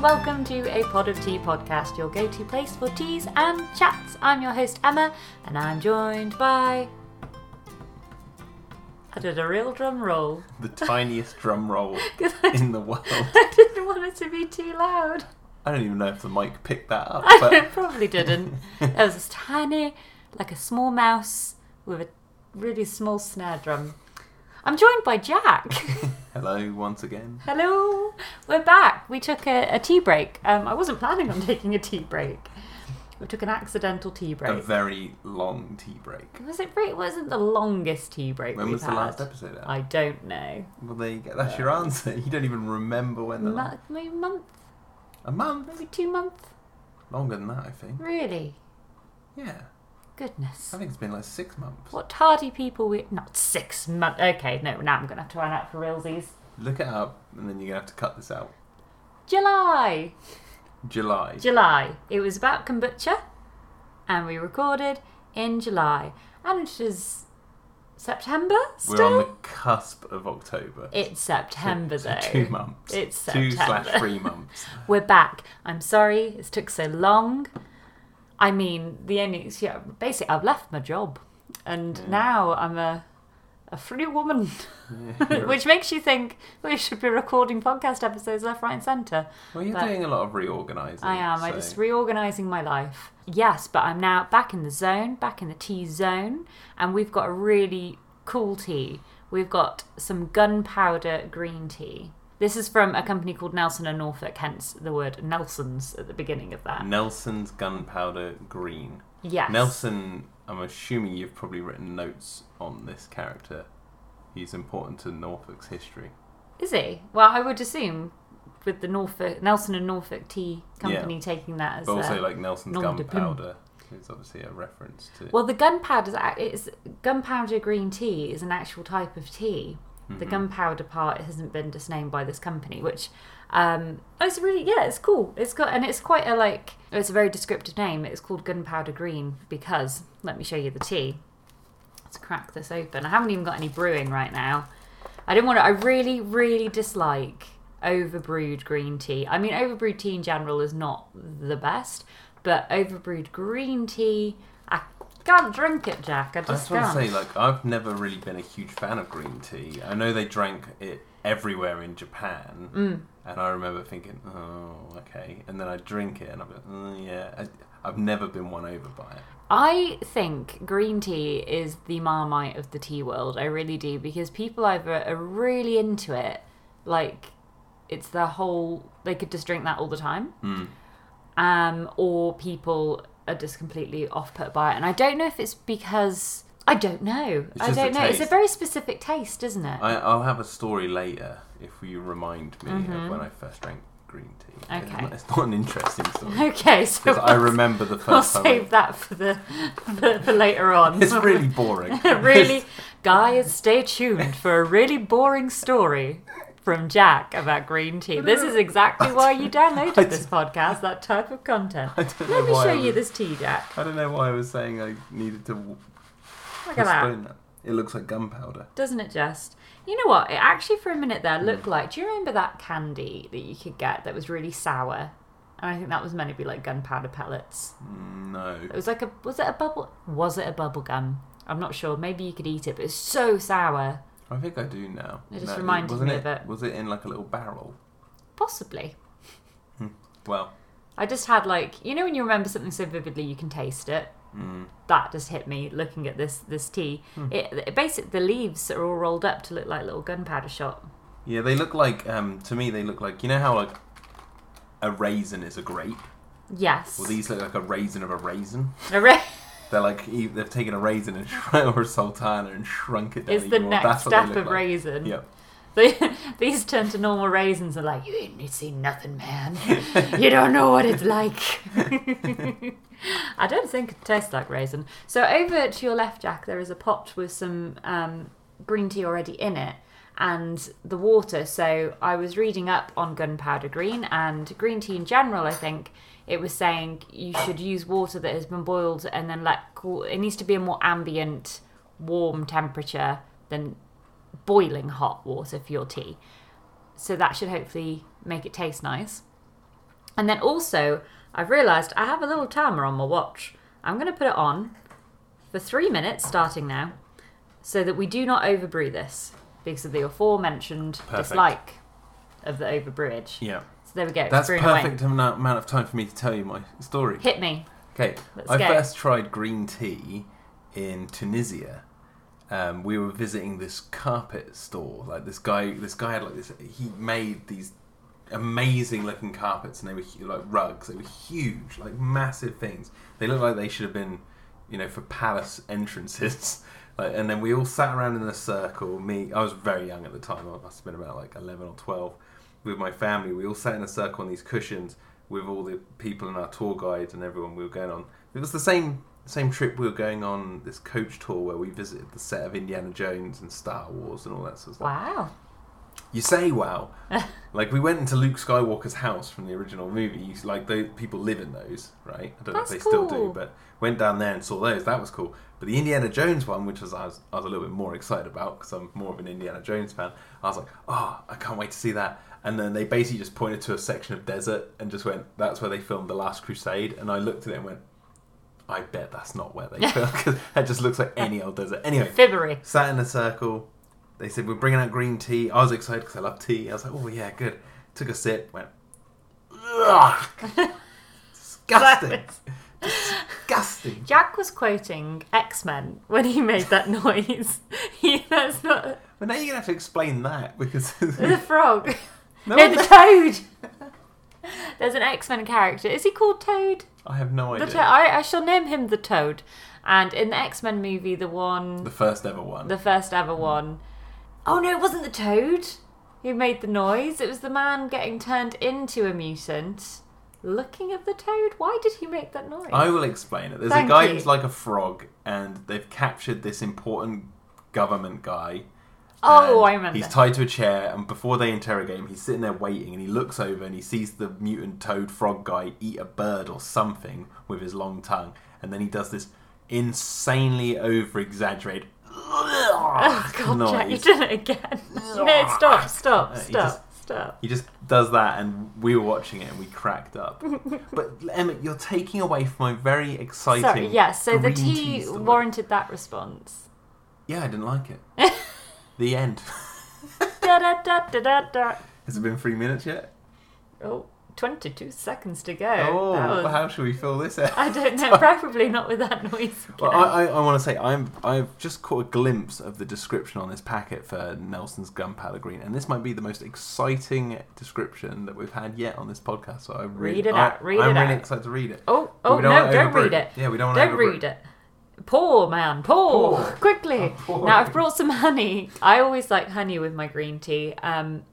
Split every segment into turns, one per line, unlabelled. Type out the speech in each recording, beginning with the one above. welcome to a Pod of Tea podcast, your go to place for teas and chats. I'm your host, Emma, and I'm joined by. I did a real drum roll
the tiniest drum roll
'cause I,
in the world.
I didn't want it to be too loud.
I don't even know if the mic picked that up,
I
but
probably didn't. It was this tiny, like a small mouse with a really small snare drum. I'm joined by Jack.
hello once again.
Hello, we're back. We took a, a tea break. Um, I wasn't planning on taking a tea break. We took an accidental tea
A
break.
very long tea break.
Was it break? Wasn't the longest tea break
When
we've
was the
had.
last episode out?
I don't know.
Well, there you go. That's your answer. You don't even remember when the
Mo-
last...
maybe a month,
A month?
maybe two months.
Longer than that, I think.
Really?
Yeah.
Goodness.
I think it's been like six months.
What hardy people we? Not six months. Okay, no. Now I'm gonna have to run out for realsies.
Look it up, and then you're going to have to cut this out.
July.
July.
July. It was about kombucha, and we recorded in July, and it is September still.
We're on the cusp of October.
It's September
So
though.
Two months.
It's
Two slash
September.
three months.
We're back. I'm sorry it took so long. I mean, the only yeah, basically I've left my job, and
Mm.
now I'm a a free woman,
Yeah.
which makes you think we should be recording podcast episodes left, right, and centre.
well, you're
but-
doing a lot of reorganising.
I am. I
so-
just reorganising my life. Yes, but I'm now back in the zone, back in the tea zone, and we've got a really cool tea. We've got some gunpowder green tea. This is from a company called Nelson and Norfolk, hence the word Nelson's at the beginning of that.
Nelson's Gunpowder Green.
Yes.
Nelson, I'm assuming you've probably written notes on this character. He's important to Norfolk's history.
Is he? Well, I would assume with the Norfolk Nelson and Norfolk Tea Company
Yeah.
taking that as
But
a-
also, like, Nelson's
nom de plume.
Gunpowder is obviously a reference to.
Well, the gunpowder is ac- it's gunpowder green tea is an actual type of tea.
Mm-hmm.
The gunpowder part hasn't been disnamed by this company, which um, oh, it's really yeah, it's cool. It's got and it's quite a like oh, it's a very descriptive name. It's called gunpowder green because let me show you the tea. Let's crack this open. I haven't even got any brewing right now. I don't want to. I really, really dislike overbrewed green tea. I mean, overbrewed tea in general is not the best, but overbrewed green tea, I can't drink it, Jack. I
I
just
just want
can't.
to say, like, I've never really been a huge fan of green tea. I know they drank it everywhere in Japan,
Mm.
and I remember thinking, oh, okay. And then I drink it, and I'm like, mm, yeah. I, I've never been won over by it.
I think green tea is the marmite of the tea world. I really do because people either are really into it, like it's their whole. They could just drink that all the time.
Mm.
um, or people are just completely off put by it. And I don't know if it's because I don't know.
It's
I
just
don't
the
know. It's a
taste.
very specific taste, isn't it?
I, I'll have a story later if you remind me of when I first drank green tea. It's
Mm-hmm. Okay.
not- It's not an interesting story
okay, so
because I
we'll-
remember the
We'll
first time. I-
save that for the for, for later on.
It's really boring.
really, guys, stay tuned for a really boring story from Jack about green tea. This is exactly why you downloaded this podcast. That type of content.
I don't know
Let me
why
show
I
you
was-
this tea, Jack.
I don't know why I was saying I needed to w-
Look at that.
postpone that. It looks like gunpowder.
Doesn't it just? You know what? It actually, for a minute there, looked like. Do you remember that candy that you could get that was really sour? And I think that was meant to be like gunpowder pellets.
No.
It was like a. Was it a bubble? Was it a bubble gum? I'm not sure. Maybe you could eat it, but it's so sour.
I think I do now.
It just
No,
reminded
wasn't
me of it.
Was it in like a little barrel?
Possibly.
Well,
I just had like you know when you remember something so vividly you can taste it.
mm,
That just hit me looking at this this tea.
Hmm.
It, it basically the leaves are all rolled up to look like little gunpowder shot.
yeah, they look like. Um, to me, they look like you know how like a raisin is a grape.
Yes.
Well, these look like a raisin of a raisin.
A ra-
They're like e- they've taken a raisin and shr- or a sultana and shrunk it down.
It's the
even more.
next
That's what they
step
look
of
like.
raisin.
Yep.
They, these turn to normal raisins and like, you ain't seen nothing, man. you don't know what it's like. I don't think it tastes like raisin. So over to your left, Jack, there is a pot with some um, green tea already in it and the water. So I was reading up on gunpowder green and green tea in general, I think. It was saying you should use water that has been boiled and then let cool. It needs to be a more ambient, warm temperature than boiling hot water for your tea. So that should hopefully make it taste nice. And then also, I've realised I have a little timer on my watch. I'm going to put it on for three minutes starting now so that we do not overbrew this because of the aforementioned
Perfect.
dislike of the overbrewage.
Yeah.
So there we go.
That's
brewing
perfect amount amount of time for me to tell you my story.
Away. Hit me.
Okay,
Let's
I
go.
first tried green tea in Tunisia. Um, we were visiting this carpet store. Like this guy, this guy had like this. He made these amazing looking carpets, and they were hu- like rugs. They were huge, like massive things. They looked like they should have been, you know, for palace entrances. Like, and then we all sat around in a circle. Me, I was very young at the time. I must have been about like eleven or twelve. With my family, we all sat in a circle on these cushions with all the people in our tour guide and everyone we were going on. It was the same same trip we were going on this coach tour where we visited the set of Indiana Jones and Star Wars and all that sort of stuff.
Wow.
You say wow. like we went into Luke Skywalker's house from the original movie. You, like those people live in those, right? I don't
That's
know if they still
cool.
do, but went down there and saw those. That was cool. But the Indiana Jones one, which was I was, I was a little bit more excited about because I'm more of an Indiana Jones fan. I was like, oh, I can't wait to see that. And then they basically just pointed to a section of desert and just went, that's where they filmed The Last Crusade. And I looked at it and went, I bet that's not where they filmed because that just looks like any old desert. Anyway,
Fibbery.
sat in a circle. They said, We're bringing out green tea. I was excited because I love tea. I was like, Oh, yeah, good. Took a sip, went, Ugh! Disgusting. Disgusting.
Jack was quoting X Men when he made that noise. he, that's not
But now you're going to have to explain that because.
the frog.
no,
no,
one-
the Toad. There's an X Men character. Is he called Toad?
I have no
The
idea.
to- I, I shall name him the Toad. And in the X Men movie, the one,
the first ever one.
the first ever one. Oh no, it wasn't the Toad who made the noise. It was the man getting turned into a mutant, looking at the Toad. Why did he make that noise?
I will explain it. There's
Thank
a guy
you.
who's like a frog, and they've captured this important government guy.
oh,
and
I remember.
Um, He's tied to a chair, and before they interrogate him, he's sitting there waiting, and he looks over and he sees the mutant toad frog guy eat a bird or something with his long tongue, and then he does this insanely over exaggerated
Oh god, Jack, you
noise.
did it again. no, stop, stop,
Uh, he
stop, stop.
He just does that, and we were watching it, and we cracked up. but Emmett, you're taking away from my very exciting.
Sorry, yes, so the
green
tea
story.
warranted that response.
Yeah, I didn't like it. the end.
da, da, da, da, da, da.
Has it been three minutes yet?
Oh, 22 seconds to go.
Oh,
That was-
how should we fill this out?
I don't know, probably not with that noise.
Well,
again.
I, I, I want to say I'm I've just caught a glimpse of the description on this packet for Nelson's Gunpowder Green, and this might be the most exciting description that we've had yet on this podcast. So I really,
Read it
I,
out, read
I'm
it
really
out.
excited to read it.
oh,
But
oh
we
no,
wanna
don't
overbrew
read it.
Yeah, we don't.
Don't
want
read it. Poor man, poor,
Pour.
quickly.
I'm pouring.
Now I've brought some honey. I always like honey with my green tea. Um,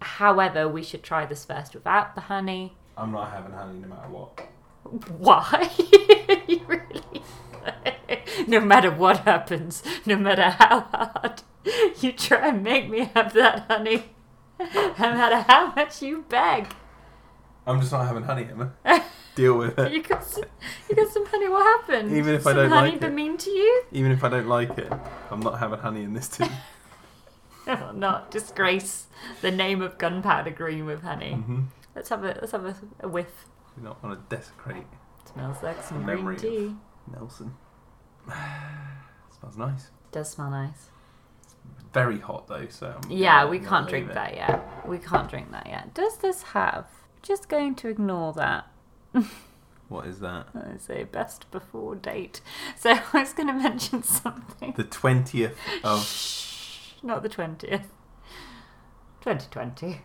however, we should try this first without the honey.
I'm not having honey no matter what.
Why? You really? no matter what happens, no matter how hard you try and make me have that honey, no matter how much you beg,
I'm just not having honey, Emma. Deal with it.
you got some, you got some honey. What happened?
Even if I
some
don't
honey
like
been
it.
mean to you?
Even if I don't like it, I'm not having honey in this tea.
It will Oh, not disgrace the name of gunpowder green with honey.
hmm
Let's have a let's have a, a whiff.
Do not want to desecrate
smells like some
The memory
green
of-
tea.
Nelson. Smells nice.
Does smell nice.
Very hot though, so I'm
Yeah,
gonna
we
not
can't
leave
drink
it.
that yet. We can't drink that yet. Does this have? Just going to ignore that.
What is that?
I say best before date. So I was going to mention something.
The oh. twentieth of
Shh, not the twentieth. Twenty twenty.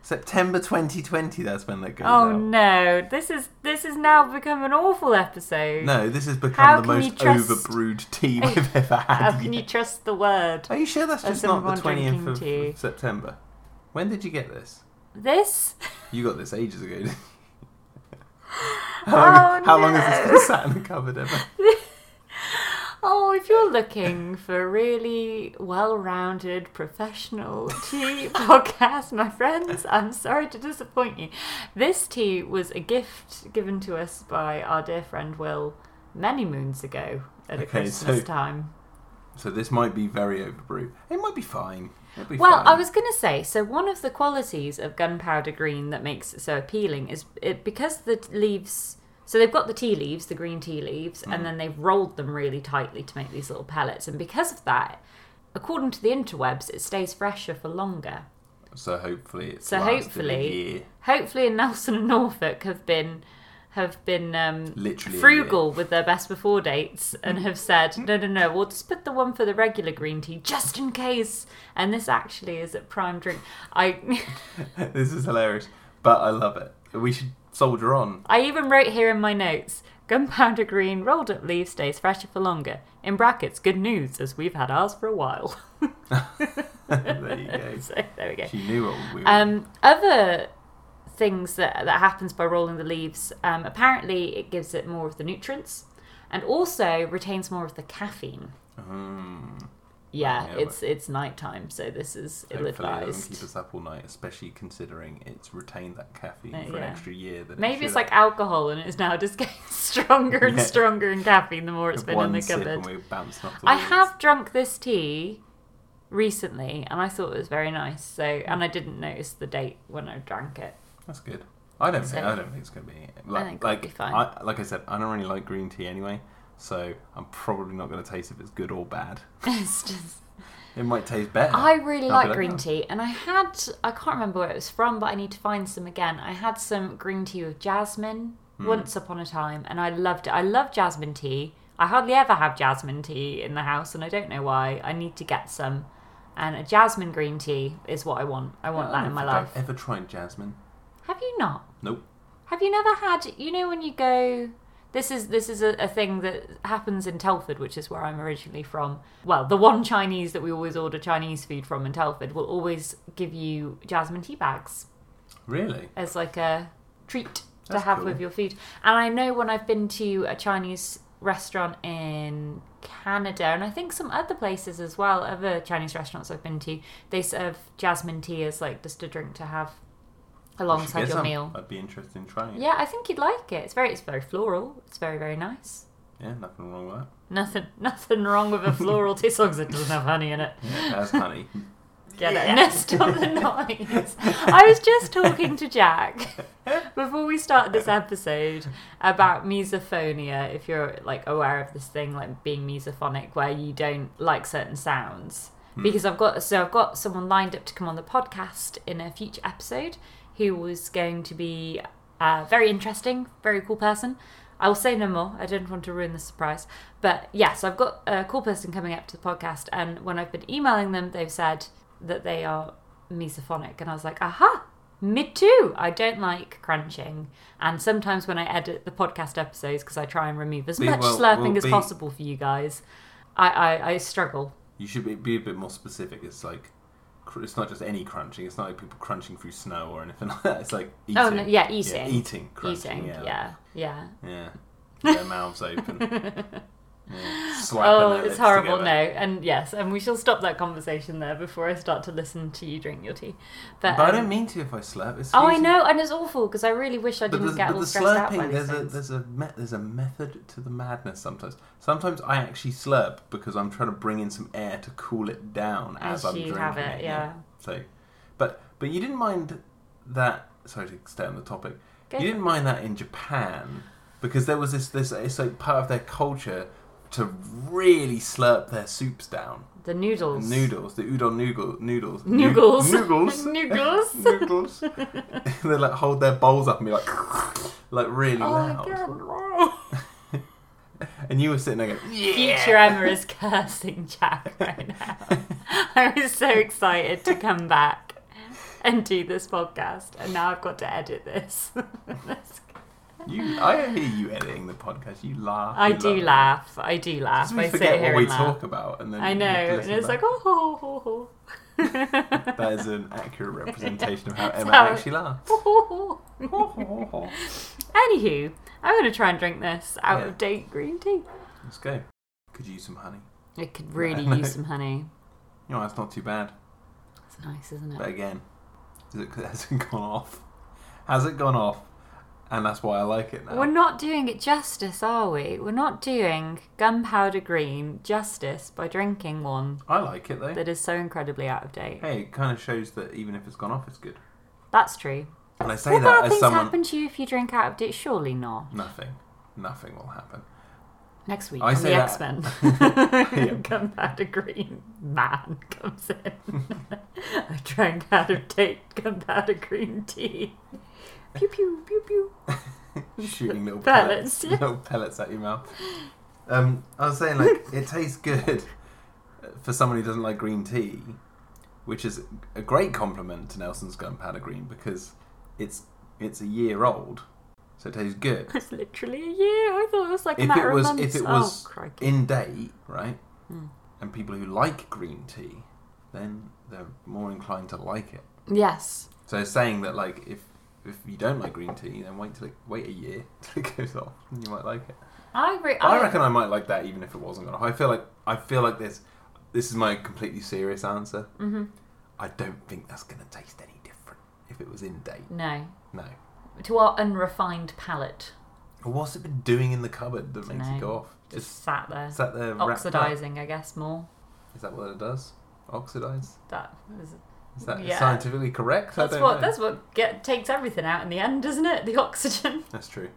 September, twenty twenty. That's when that goes
Oh
out.
no! This is this has now become an awful episode.
No, this has become
How
the
can you
most
trust-
overbrewed tea we've ever
How
had.
can you
yet.
trust the word?
Are you sure that's
That's
just not the
everyone
twentieth
drinking
of
tea.
September? When did you get this?
This.
You got this ages ago. didn't you? how long,
Oh,
how long has this
no.
been sat in the cupboard ever?
Oh, if you're looking for a really well-rounded professional tea podcast, my friends, I'm sorry to disappoint you. This tea was a gift given to us by our dear friend Will many moons ago at a
Okay, so-
Christmas time.
So this might be very overbrewed. It might be fine. It'll be
Well,
fine.
I was going to say so. One of the qualities of gunpowder green that makes it so appealing is it because the t- leaves. So they've got the tea leaves, the green tea leaves, and then they've rolled them really tightly to make these little pellets. And because of that, according to the interwebs, it stays fresher for longer.
So hopefully it's
So
lasted
hopefully-
a year.
Hopefully, in Nelson and Norfolk have been have been um,
Literally a
frugal with their best before dates and have said, no, no, no, we'll just put the one for the regular green tea just in case. And this actually is a prime drink. I
this is hilarious, but I love it. We should soldier on.
I even wrote here in my notes. Gunpowder green, rolled up leaf stays fresher for longer. In brackets, good news, as we've had ours for a while.
there you go.
so there we go.
She knew what we were.
Um, other things that that happens by rolling the leaves. Um, apparently, it gives it more of the nutrients, and also retains more of the caffeine.
Mm.
Yeah,
Yeah,
it's it's nighttime, so this is ill
Hopefully it doesn't keep
advised.
us up all night, especially considering it's retained that caffeine
Uh,
for an
yeah.
extra year. That it
Maybe it's
should
like alcohol, and it's now just getting stronger and
Yeah.
stronger in caffeine the more
have.
it's been
One
in the
sip and
cupboard.
we bounced off the
I
walls.
have drunk this tea recently, and I thought it was very nice. So, and I didn't notice the date when I drank it.
That's good. I don't think
So-
I don't think it's gonna be like
think it'll
like
be fine.
I, like I said. I don't really like green tea anyway, so I'm probably not gonna taste if it's good or bad.
it's just
It might taste better.
I really
I'll be
like
like,
green
"Oh."
tea, and I had I can't remember where it was from, but I need to find some again. I had some green tea with jasmine once upon a time, and I loved it. I love jasmine tea. I hardly ever have jasmine tea in the house, and I don't know why. I need to get some, and a jasmine green tea is what I want. I want
I
that
don't
in my
think
life.
I've ever tried jasmine?
Have you not?
Nope.
Have you never had? You know when you go. This is this is a, a thing that happens in Telford, which is where I'm originally from. Well, the one Chinese that we always order Chinese food from in Telford will always give you jasmine tea bags
Really?
as like a treat to
That's
have
cool.
with your food. And I know when I've been to a Chinese restaurant in Canada, and I think some other places as well, other Chinese restaurants I've been to, they serve jasmine tea as like just a drink to have
I should
alongside
get
your
some.
meal.
I'd be interested in trying it.
Yeah, I think you'd like it. It's very, it's very floral. It's very, very nice.
Yeah, nothing wrong with that.
Nothing, nothing wrong with a floral tea as long as it doesn't have honey in it.
Yeah, that's honey.
Get it? No, stop the noise. I was just talking to Jack before we started this episode about misophonia. If you're like aware of this thing, like being misophonic, where you don't like certain sounds.
Hmm.
Because I've got so I've got someone lined up to come on the podcast in a future episode who was going to be uh, very interesting, very cool person. I will say no more. I don't want to ruin the surprise. But yes, I've got a cool person coming up to the podcast, and when I've been emailing them, they've said that they are misophonic, and I was like, aha, me too. I don't like crunching, and sometimes when I edit the podcast episodes, because I try and remove as
Be-
much
well-
slurping
well,
as
be-
possible for you guys, I I, I struggle.
You should be, be a bit more specific. It's like cr- it's not just any crunching. It's not like people crunching through snow or anything like that. It's like eating.
Oh no, yeah, eating,
eating, crunching.
eating,
yeah.
yeah, yeah.
Yeah. Their mouths open. Yeah. Slapping
Oh,
their
it's
lips
horrible.
together.
No, and yes, and we shall stop that conversation there before I start to listen to you drink your tea. But,
But I
um,
don't mean to if I slap. It's
oh, I
easy.
know, and it's awful because I really wish I
But
didn't
the,
get
but
all
the
stressed out by
slurping,
these
there's a,
things.
there's, a me- there's a method to the madness sometimes. Sometimes I actually slurp because I'm trying to bring in some air to cool it down as,
As
I'm
you
drinking
have it, yeah.
So, but but you didn't mind that. Sorry to stay on the topic.
Go
you
for
didn't mind that in Japan because there was this this it's like part of their culture to really slurp their soups down.
The noodles.
Noodles, the udon noodle, noodles,
Noogles.
noodles,
Noogles.
noodles. they like hold their bowls up and be like, like really
Oh
loud.
my god.
And you were sitting there going,
Future Emma is cursing Jack right now. I was so excited to come back and do this podcast, and now I've got to edit this.
you, I hear you editing the podcast. You laugh.
I
you
do
laugh.
laugh. I do laugh.
Because we
I sit
forget
here
what we
and laugh.
talk about, and then
I
you
know,
have to
and
listen
it's
back.
like oh, ho, ho, ho.
that is an accurate representation of how
That's
Emma
how it-
actually laughs.
Ho, ho, ho.
Let's
Anywho, I'm gonna try and drink this out
Yeah.
of date green tea.
go. Could use some honey.
It could really
No.
use some honey.
You know, that's not too bad.
It's nice, isn't
But
it?
again, is it, has it gone off? Has it gone off? and that's why I like it now.
We're not doing it justice, are we? We're not doing gunpowder green justice by drinking one
I like it though.
that is so incredibly out of date.
Hey, it kind of shows that even if it's gone off, it's good.
That's true.
And I say
What
that
bad
as
things
someone.
happen to you if you drink out of date? Surely not.
Nothing, nothing will happen.
Next week
Oh, I
on
say
the
that-
X Men,
Yeah.
gunpowder green man comes in. I drank out of date gunpowder green tea. Pew pew pew pew.
Shooting little
Pellets,
pellets,
yeah.
little pellets at your mouth. Um, I was saying like it tastes good for someone who doesn't like green tea, which is a great compliment to Nelson's Gunpowder Green because it's it's a year old, so it tastes good.
It's literally a year. I thought it was like a
If
matter
it was
of months.
if it
oh,
was
crikey.
in date, right,
Mm.
and people who like green tea, then they're more inclined to like it.
yes.
So it's saying that like if if you don't like green tea, then wait till it, wait a year till it goes off, and you might like it.
I agree.
I reckon I might like that even if it wasn't gonna. I feel like I feel like this. This is my completely serious answer.
Mhm.
I don't think that's gonna taste any different if it was in date.
No.
No.
To our unrefined palate,
What's it been doing in the cupboard that makes
Dunno.
it go off?
just uh, sat
Just
there,
is that the
oxidizing, I guess, more.
Is that what it does? Oxidize?
That is,
Is that
Yeah.
scientifically correct? I
that's
don't
what
know.
that's what get, takes everything out in the end, isn't it? The oxygen.
That's true.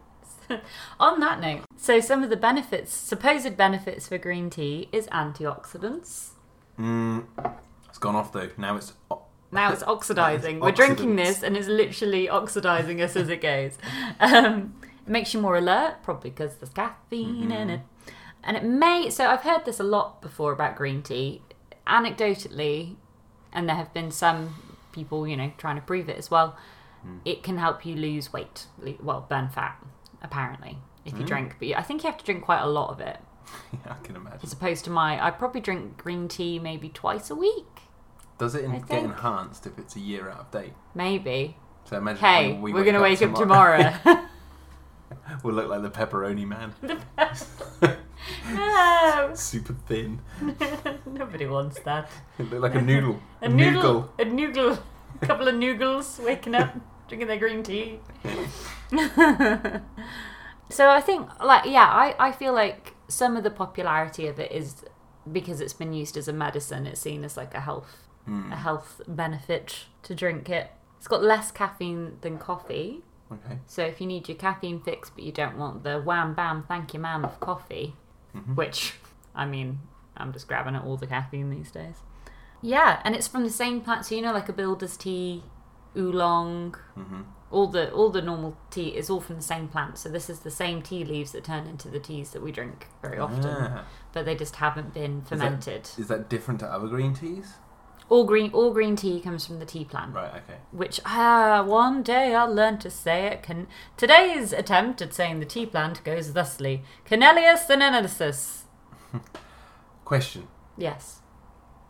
On that note, so some of the benefits, supposed benefits for green tea, is antioxidants.
Mm, it's gone off though. Now it's o-
Now it's oxidizing.
Antioxidants.
We're drinking this, and it's literally oxidizing us as it goes. Um, it makes you more alert, probably because there's caffeine in it. And it may, so I've heard this a lot before about green tea, anecdotally, and there have been some people, you know, trying to prove it as well. It can help you lose weight, le- well, burn fat, apparently, if you drink. But I think you have to drink quite a lot of it,
yeah, I can imagine.
as opposed to my, I probably drink green tea maybe twice a week,
Does it in-
I
get
think-
enhanced if it's a year out of date?
maybe.
So imagine
Hey,
when we
we're going to wake up tomorrow.
we'll look like the pepperoni man.
no.
Super thin.
Nobody wants that.
Look like a noodle.
A, noodle. A noodle. A couple of noodles waking up, drinking their green tea. so I think, like, yeah, I, I feel like some of the popularity of it is because it's been used as a medicine. It's seen as like a health
Hmm.
a health benefit to drink it. It's got less caffeine than coffee.
Okay.
So if you need your caffeine fix, but you don't want the wham bam thank you ma'am of coffee,
Mm-hmm.
which I mean, I'm just grabbing at all the caffeine these days. Yeah, and it's from the same plant, so you know, like a builder's tea, oolong,
Mhm.
all the all the normal tea is all from the same plant. So this is the same tea leaves that turn into the teas that we drink very often,
Ah.
but they just haven't been
that-
fermented.
Is that different to other green teas?
All green all green tea comes from the tea plant.
Right, okay.
which ah, one day I'll learn to say it. Can today's attempt at saying the tea plant goes thusly: Canelia sinensis.
Question.
Yes,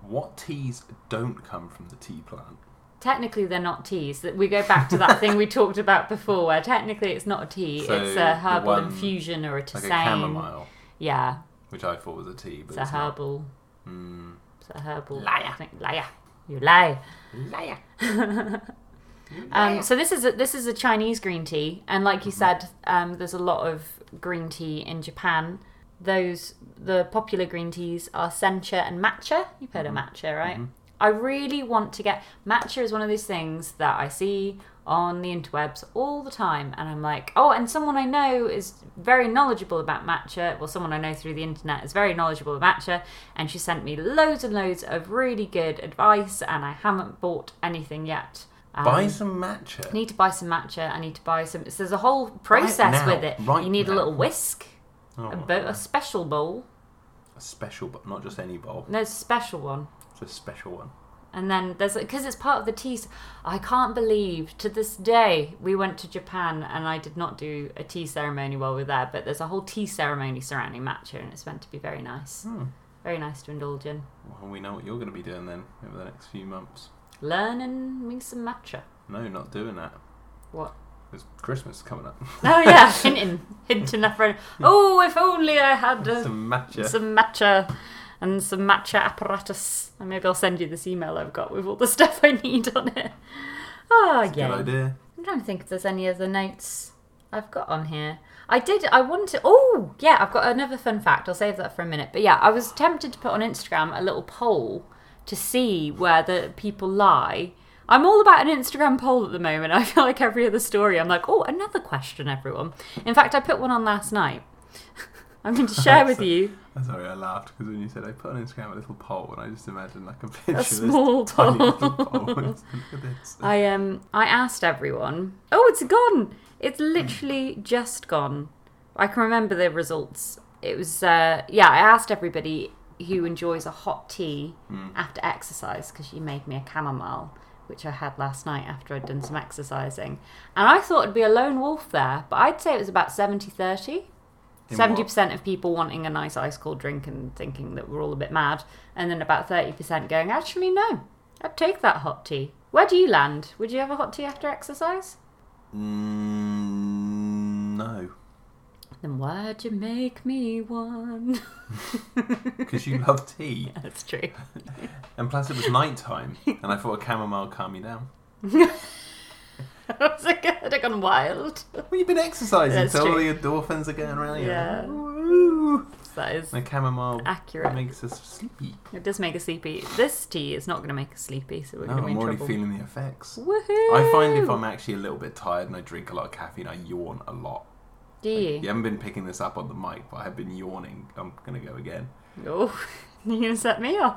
What teas don't come from the tea plant?
technically they're not teas. That we go back to that thing we talked about before, where technically it's not a tea;
So,
it's a
the
herbal
one-
infusion or a tisane.
Like a chamomile,
Yeah,
which I thought was a tea, but
it's
it's,
a
not.
herbal.
Mm.
It's a herbal.
Liar.
thing. liar, you lie.
Liar.
Um, so this is a, this is a Chinese green tea, and like you said, um, there's a lot of green tea in Japan. Those the popular green teas are sencha and matcha. You've heard of matcha, right? I really want to get matcha is one of those things that I see on the interwebs all the time, and I'm like, oh, and someone I know is very knowledgeable about matcha. Well, someone I know through the internet is very knowledgeable about matcha, and she sent me loads and loads of really good advice, and I haven't bought anything yet. Um,
Buy some matcha.
I need to buy some matcha. I need to buy some. So there's a whole process
Right now,
with it.
right
you need a
now.
little whisk,
Oh,
a, bo- a special bowl.
a special, but not just any bowl.
There's a special one.
It's a special one.
And then there's because it's part of the tea. c- I can't believe to this day we went to Japan and I did not do a tea ceremony while we were there. But there's a whole tea ceremony surrounding matcha, and it's meant to be very nice,
Hmm.
very nice to indulge in.
Well, we know what you're going to be doing then over the next few months.
Learning me some matcha.
No, not doing that.
What?
Because Christmas is coming up.
Oh yeah, hinting, hinting at friend. Oh, if only I had a
some matcha.
some matcha and some matcha apparatus. And maybe I'll send you this email I've got with all the stuff I need on it. Oh,
Good
yeah.
idea.
I'm trying to think if there's any other notes. I've got on here. I did. I wanted. Oh, yeah. I've got another fun fact. I'll save that for a minute. But yeah, I was tempted to put on Instagram a little poll to see where the people lie. I'm all about an Instagram poll at the moment. I feel like every other story, I'm like, oh, another question, everyone. In fact, I put one on last night. I'm going to share with
So-
you
I'm sorry, I laughed because when you said I put on Instagram a little poll, and I just imagined like a picture.
a
of this
small
tiny little
poll.
poll. It's- Look at this.
I um I asked everyone. Oh, it's gone. It's literally just gone. I can remember the results. It was uh yeah, I asked everybody who enjoys a hot tea
Mm.
after exercise because she made me a chamomile, which I had last night after I'd done some exercising. And I thought it'd be a lone wolf there, but I'd say it was about 70-30.
In
Seventy
what?
percent of people wanting a nice ice cold drink and thinking that we're all a bit mad, and then about thirty percent going, actually no, I'd take that hot tea. Where do you land? Would you have a hot tea after exercise?
Mm, no,
Then why'd you make me one?
because you love tea,
That's true.
and plus it was night time, and I thought a chamomile calm you down.
I was like, I'd have gone wild.
Well, you've been exercising,
That's
so all
true.
the endorphins are going around. you
Yeah. That is
And chamomile
accurate.
makes us sleepy.
It does make us sleepy. This tea is not going to make us sleepy, so we're
No,
going to be
I'm
in
already
trouble.
feeling the effects.
Woohoo!
I find if I'm actually a little bit tired and I drink a lot of caffeine, I yawn a lot.
Do you?
You haven't been picking this up on the mic, but I have been yawning. I'm gonna go again.
Oh, you're going to set me off.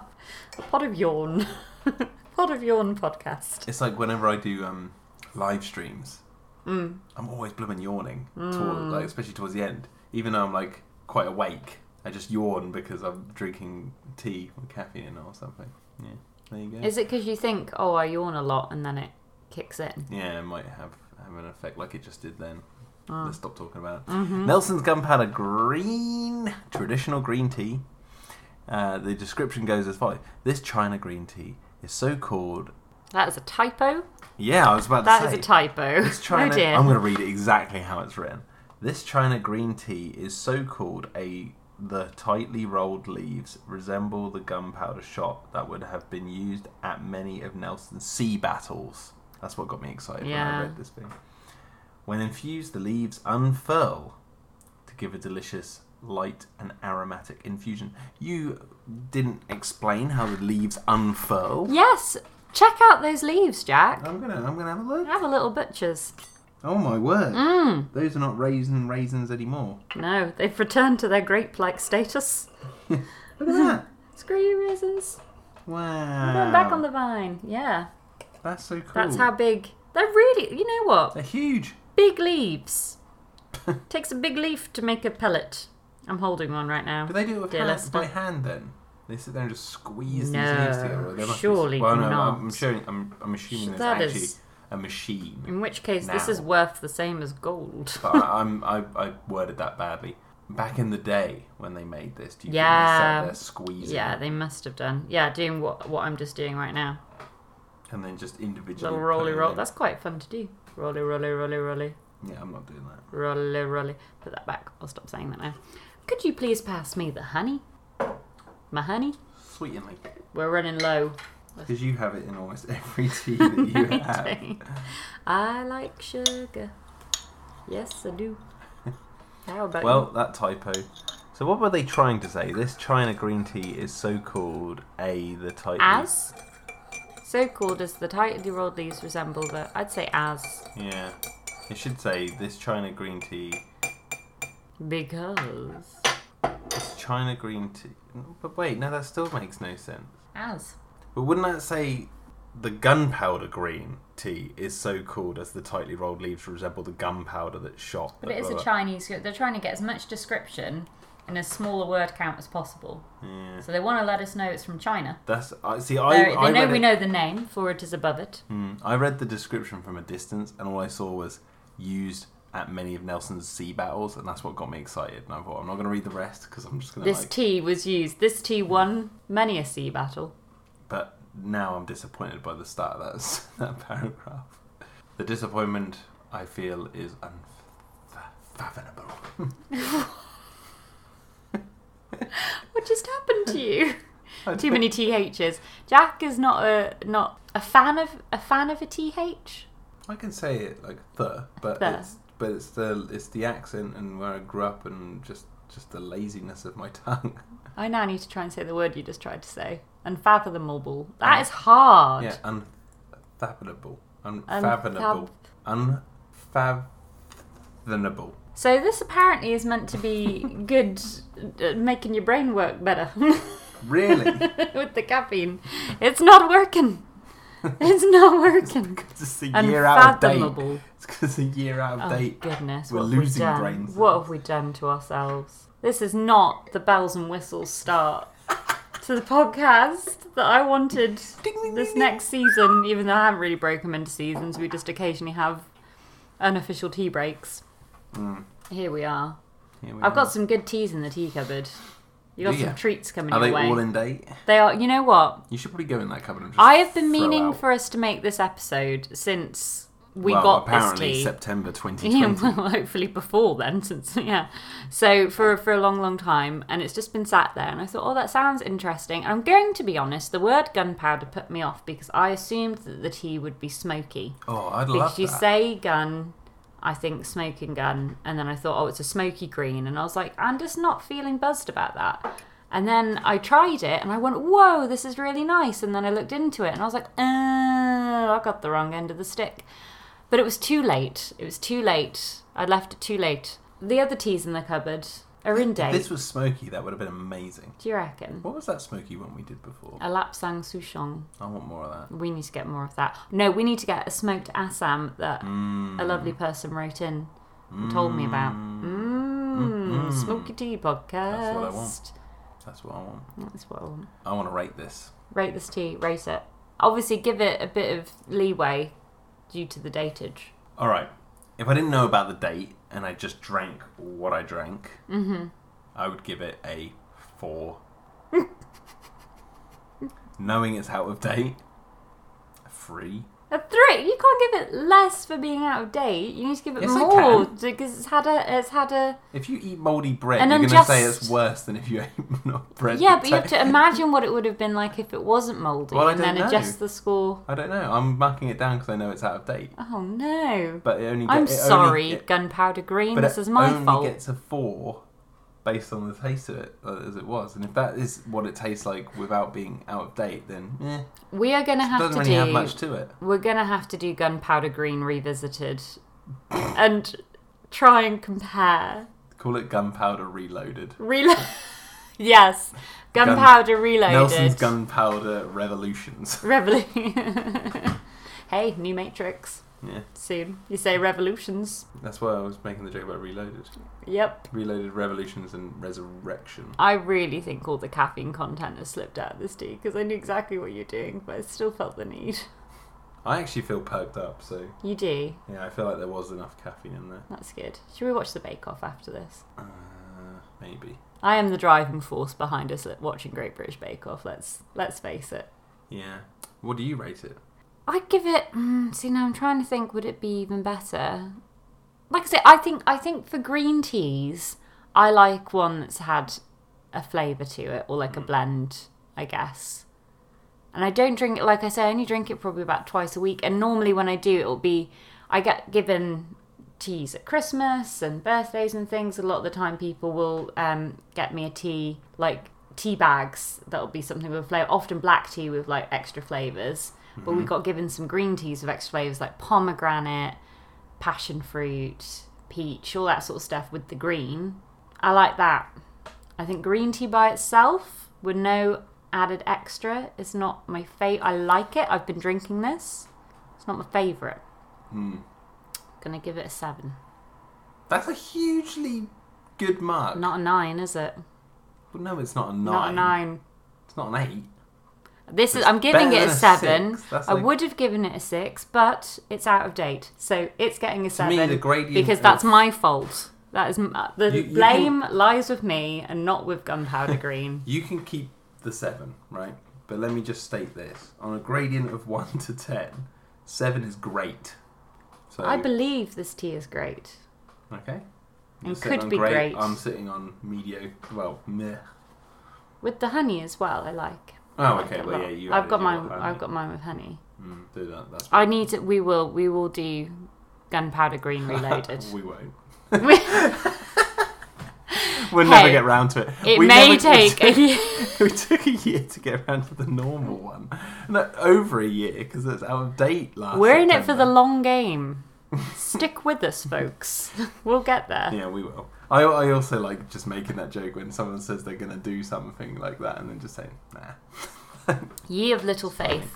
A pod of yawn. pod of yawn podcast.
It's like whenever I do um, live streams,
Mm.
I'm always blooming yawning, toward, like, especially towards the end. Even though I'm like quite awake, I just yawn because I'm drinking tea with caffeine or something. Yeah, there you go.
Is it because you think, oh, I yawn a lot, and then it kicks in?
yeah, it might have have an effect like it just did then. Let's stop talking about it. Nelson's Gunpowder Green, traditional green tea. Uh, the description goes as follows: This China green tea is so called.
That is a typo.
Yeah, I was about to
That
say
is a typo.
This China,
oh dear.
I'm going to read it exactly how it's written. This China green tea is so called a the tightly rolled leaves resemble the gunpowder shot that would have been used at many of Nelson's sea battles. That's what got me excited when
Yeah.
I read this thing. When infused, the leaves unfurl to give a delicious, light, and aromatic infusion. You didn't explain how the leaves unfurl.
Yes, check out those leaves, Jack.
I'm gonna, I'm gonna have a look.
Have a little butcher's.
Oh my word!
Mm.
Those are not raisin raisins anymore.
No, they've returned to their grape-like status.
Look at that!
Screw you, raisins.
Wow.
Going back on the vine. Yeah,
That's so cool.
that's how big. They're really, you know what?
They're huge.
Big leaves. Takes a big leaf to make a pellet. I'm holding one right now.
Do they do it with
Dear
hand,
listener.
by hand then? They sit there and just squeeze these
No,
leaves together. There must be-
surely
well, no,
not.
I'm, showing, I'm, I'm assuming there's
That
actually
is-
a machine.
In which case, this
Now.
is worth the same as gold.
But I, I'm, I, I worded that badly. Back in the day when they made this, do you
Yeah.
think they sat there squeezing
Yeah, they must have done. Yeah, doing what what I'm just doing right now.
and then just individually?
Little
putting
roly
it
roll.
in?
That's quite fun to do. Roly roly roly roly
Yeah, I'm not doing that.
roly roly. Put that back. I'll stop saying that now. Could you please pass me the honey? My honey.
Sweet and like
We're running low.
because you have it in almost every tea that you have.
I like sugar. Yes, I do. How about
Well, that typo. So what were they trying to say? This China green tea is so called a the type
you? as? So called as the tightly rolled leaves resemble the. I'd say as
Yeah. It should say this China green tea
because
this China green tea but wait, no that still makes no sense.
as.
But wouldn't that say the gunpowder green tea is so called as the tightly rolled leaves resemble the gunpowder that shot.
But it is
blah,
a
blah.
Chinese script. They're trying to get as much description in as small a word count as possible.
Yeah.
So they want to let us know it's from China.
That's I see I,
They're-
I
they know
read
we
it-
know the name, for it is above it.
Hmm, I read the description from a distance, and all I saw was used at many of Nelson's sea battles, and that's what got me excited. And I thought, I'm not going to read the rest because I'm just going to
This
like.
tea was used. This tea won many a sea battle.
but now I'm disappointed by the start of that, s- that paragraph. The disappointment I feel is unfathomable.
What just happened to you?
I
Too many THs. Jack is not a not a fan of a fan of a TH.
I can say it like the, but
The.
it's but it's the it's the accent and where I grew up and just just the laziness of my tongue.
I now need to try and say the word you just tried to say. Unfathomable. That is hard.
Mm. Yeah, unfathomable, unfathomable, unfathomable.
So this apparently is meant to be good at making your brain work better.
Really?
With the caffeine. It's not working. It's not working.
It's a year out of date.
Unfathomable.
It's because a year out of
Oh
date.
goodness,
We're
what have
losing
we done?
brains.
What have we done to ourselves? This is not the bells and whistles start to the podcast that I wanted this next season. Even though I haven't really broken them into seasons, we just occasionally have unofficial tea breaks. Here we are.
Here Hmm. we
I've
are.
got some good teas in the tea cupboard. You got
Do ya?
some treats coming
Are
your
they
way.
all in date?
they are. You know what?
You should probably go in that cupboard and just.
I have been
throw
meaning
out-
for us to make this episode since we
well,
got this
apparently
tea.
September 2020.
Yeah, well, hopefully before then, since yeah. So for for a long, long time, and it's just been sat there, and I thought, oh, that sounds interesting. And I'm going to be honest, the word gunpowder put me off because I assumed that the tea would be smoky.
Oh, I'd love
Because you
that.
say gun, I think smoking gun, and then I thought, oh, it's a smoky green, and I was like, I'm just not feeling buzzed about that. And then I tried it, and I went, whoa, this is really nice. And then I looked into it, and I was like, oh, I got the wrong end of the stick. But it was too late. It was too late. I left it too late. The other teas in the cupboard are in
If
date.
this was smoky, that would have been amazing.
Do you reckon?
What was that smoky one we did before?
A Lapsang Souchong.
I want more of that.
We need to get more of that. No, we need to get a smoked Assam that
Mm.
a lovely person wrote in and told me about. Mm,
Mm-mm.
Smoky Tea Podcast.
Mm-hmm. That's what I want. That's what I want.
That's what I want.
I want to rate this.
Rate this tea, rate it. Obviously, give it a bit of leeway due to the datage.
All right. If I didn't know about the date and I just drank what I drank, I would give it a four. Knowing it's out of date, a three.
A three. You can't give it less for being out of date. You need to give it
Yes, I
more
can.
because it's had a it's had a
If you eat mouldy bread,
An
you're
unjust-
going to say it's worse than if you ate not bread.
yeah.
the
But you have
day.
to imagine what it would have been like if it wasn't mouldy,
Well, I
and
don't
then
know.
adjust the score.
I don't know. I'm marking it down because I know it's out of date.
Oh no.
But it only. Get,
I'm
it only-
sorry,
it-
Gunpowder Green.
but
This
it
is my
only
fault.
gets a four based on the taste of it uh, as it was. And if that is what it tastes like without being out of date, then eh,
We are going to have
doesn't
to
really have
do.
much to it.
We're going to have to do Gunpowder Green revisited, and try and compare.
Call it Gunpowder Reloaded.
Reload. yes, Gunpowder Reloaded.
Nelson's Gunpowder Revolutions.
Revolu- hey, new Matrix
Yeah,
soon. You say revolutions.
that's why I was making the joke about Reloaded.
Yep.
Reloaded Revolutions and Resurrection.
I really think all the caffeine content has slipped out of this tea because I knew exactly what you're doing, but I still felt the need.
I actually feel perked up, so
You do.
yeah, I feel like there was enough caffeine in there.
That's good. Should we watch the Bake Off after this?
Uh, maybe.
I am the driving force behind us at watching Great British Bake Off. Let's let's face it.
Yeah. What do you rate it?
I'd give it. Mm, see, now I'm trying to think. Would it be even better? Like I say, I think I think for green teas, I like one that's had a flavour to it or like a blend, I guess. And I don't drink it. Like I say, I only drink it probably about twice a week. And normally when I do, it'll be I get given teas at Christmas and birthdays and things. A lot of the time, people will um, get me a tea like tea bags that'll be something with flavour, often black tea with like extra flavors. But
Mm-hmm. Hmm.
we got given some green teas with extra flavors like pomegranate, passion fruit, peach, all that sort of stuff with the green. I like that. I think green tea by itself with no added extra is not my fave. I like it. I've been drinking this. It's not my favorite.
Hmm.
Gonna give it a seven.
That's a hugely good mark.
Not a nine, is it?
Well, no, it's not a nine.
Not a nine.
It's not an eight.
This is.
It's
I'm giving
better
it a
than a
seven.
six. That's
I
like-
would have given it a six, but it's out of date, so it's getting a
To
seven
me, the gradient
because
of-
that's my fault. That is m- uh, the
You- you
blame lies with me and not with Gunpowder Green.
You can keep the seven, right? But let me just state this: on a gradient of one to ten, seven is great. So
I believe this tea is great.
okay.
And
sitting
could
on
be great.
I'm sitting on mediocre. Well, meh.
With the honey as well, I like. I
Oh,
like
okay.
it a
Well,
lot.
yeah, you.
I've
added
got
your
mine.
own.
I've got mine with honey.
Mm, do that. That's
I need to. We will. We will do Gunpowder Green Reloaded.
we won't.
it
We'll
Hey,
never get round to it. We
may
never-
take a year.
we took a year to get around to the normal one. No, over a year because it's out of date last.
We're in it for the
September.
long game. Stick with us, folks. We'll get there.
Yeah, we will. I, I also like just making that joke when someone says they're going to do something like that and then just saying, nah.
Ye of little faith.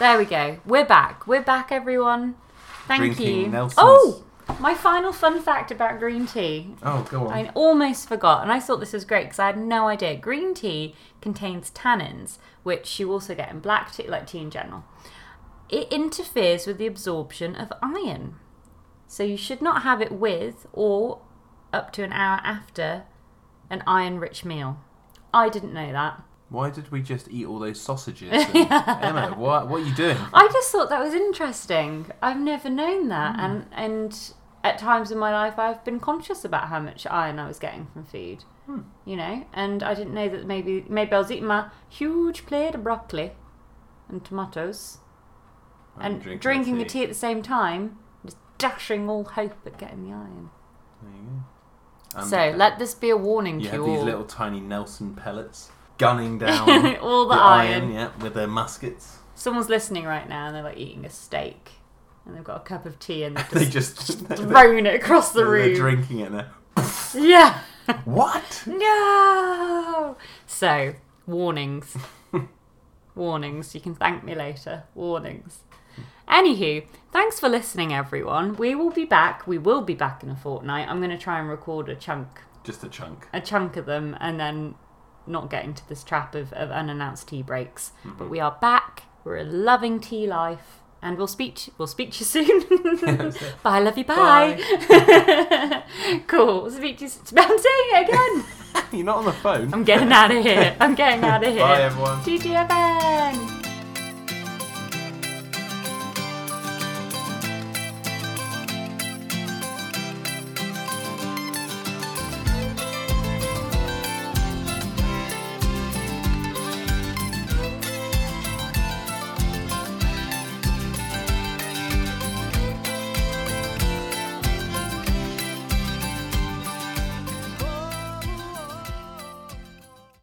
There we go. We're back. We're back, everyone. Thank
Drinking
you.
Nelsons.
Oh, my final fun fact about green tea.
Oh, go on.
I almost forgot, and I thought this was great because I had no idea. Green tea contains tannins, which you also get in black tea, like tea in general. It interferes with the absorption of iron. So you should not have it with or up to an hour after an iron rich meal. I didn't know that.
Why did we just eat all those sausages? And, Emma, what, what are you doing?
I just thought that was interesting. I've never known that, and and at times in my life, I've been conscious about how much iron I was getting from food. You know, and I didn't know that maybe maybe I was eating my huge plate of broccoli and tomatoes
I'm
and drinking, the tea at the same time, just dashing all hope at getting the iron.
There you go.
so let this be a warning
You
to
have
you
these
all.
little tiny Nelson pellets gunning down
all the,
the
iron.
iron, yeah, with their muskets.
Someone's listening right now, and they're like eating a steak, and they've got a cup of tea, and they've
They
just
just they're,
thrown it across the
they're
room.
drinking it. Now.
Yeah.
What?
No. So, warnings. warnings. You can thank me later. Warnings. Anywho, thanks for listening, everyone. We will be back. We will be back in a fortnight. I'm going to try and record a chunk,
Just a chunk.
a chunk of them, and then not get into this trap of, of unannounced tea breaks. But we are back. We're loving tea life, and we'll speak. to- We'll speak to you soon. bye, love you. Bye. cool. We'll speak to you. s- I'm saying it again.
You're not on the phone.
I'm getting out of here. I'm getting out of here.
Bye, everyone.
GG, bye.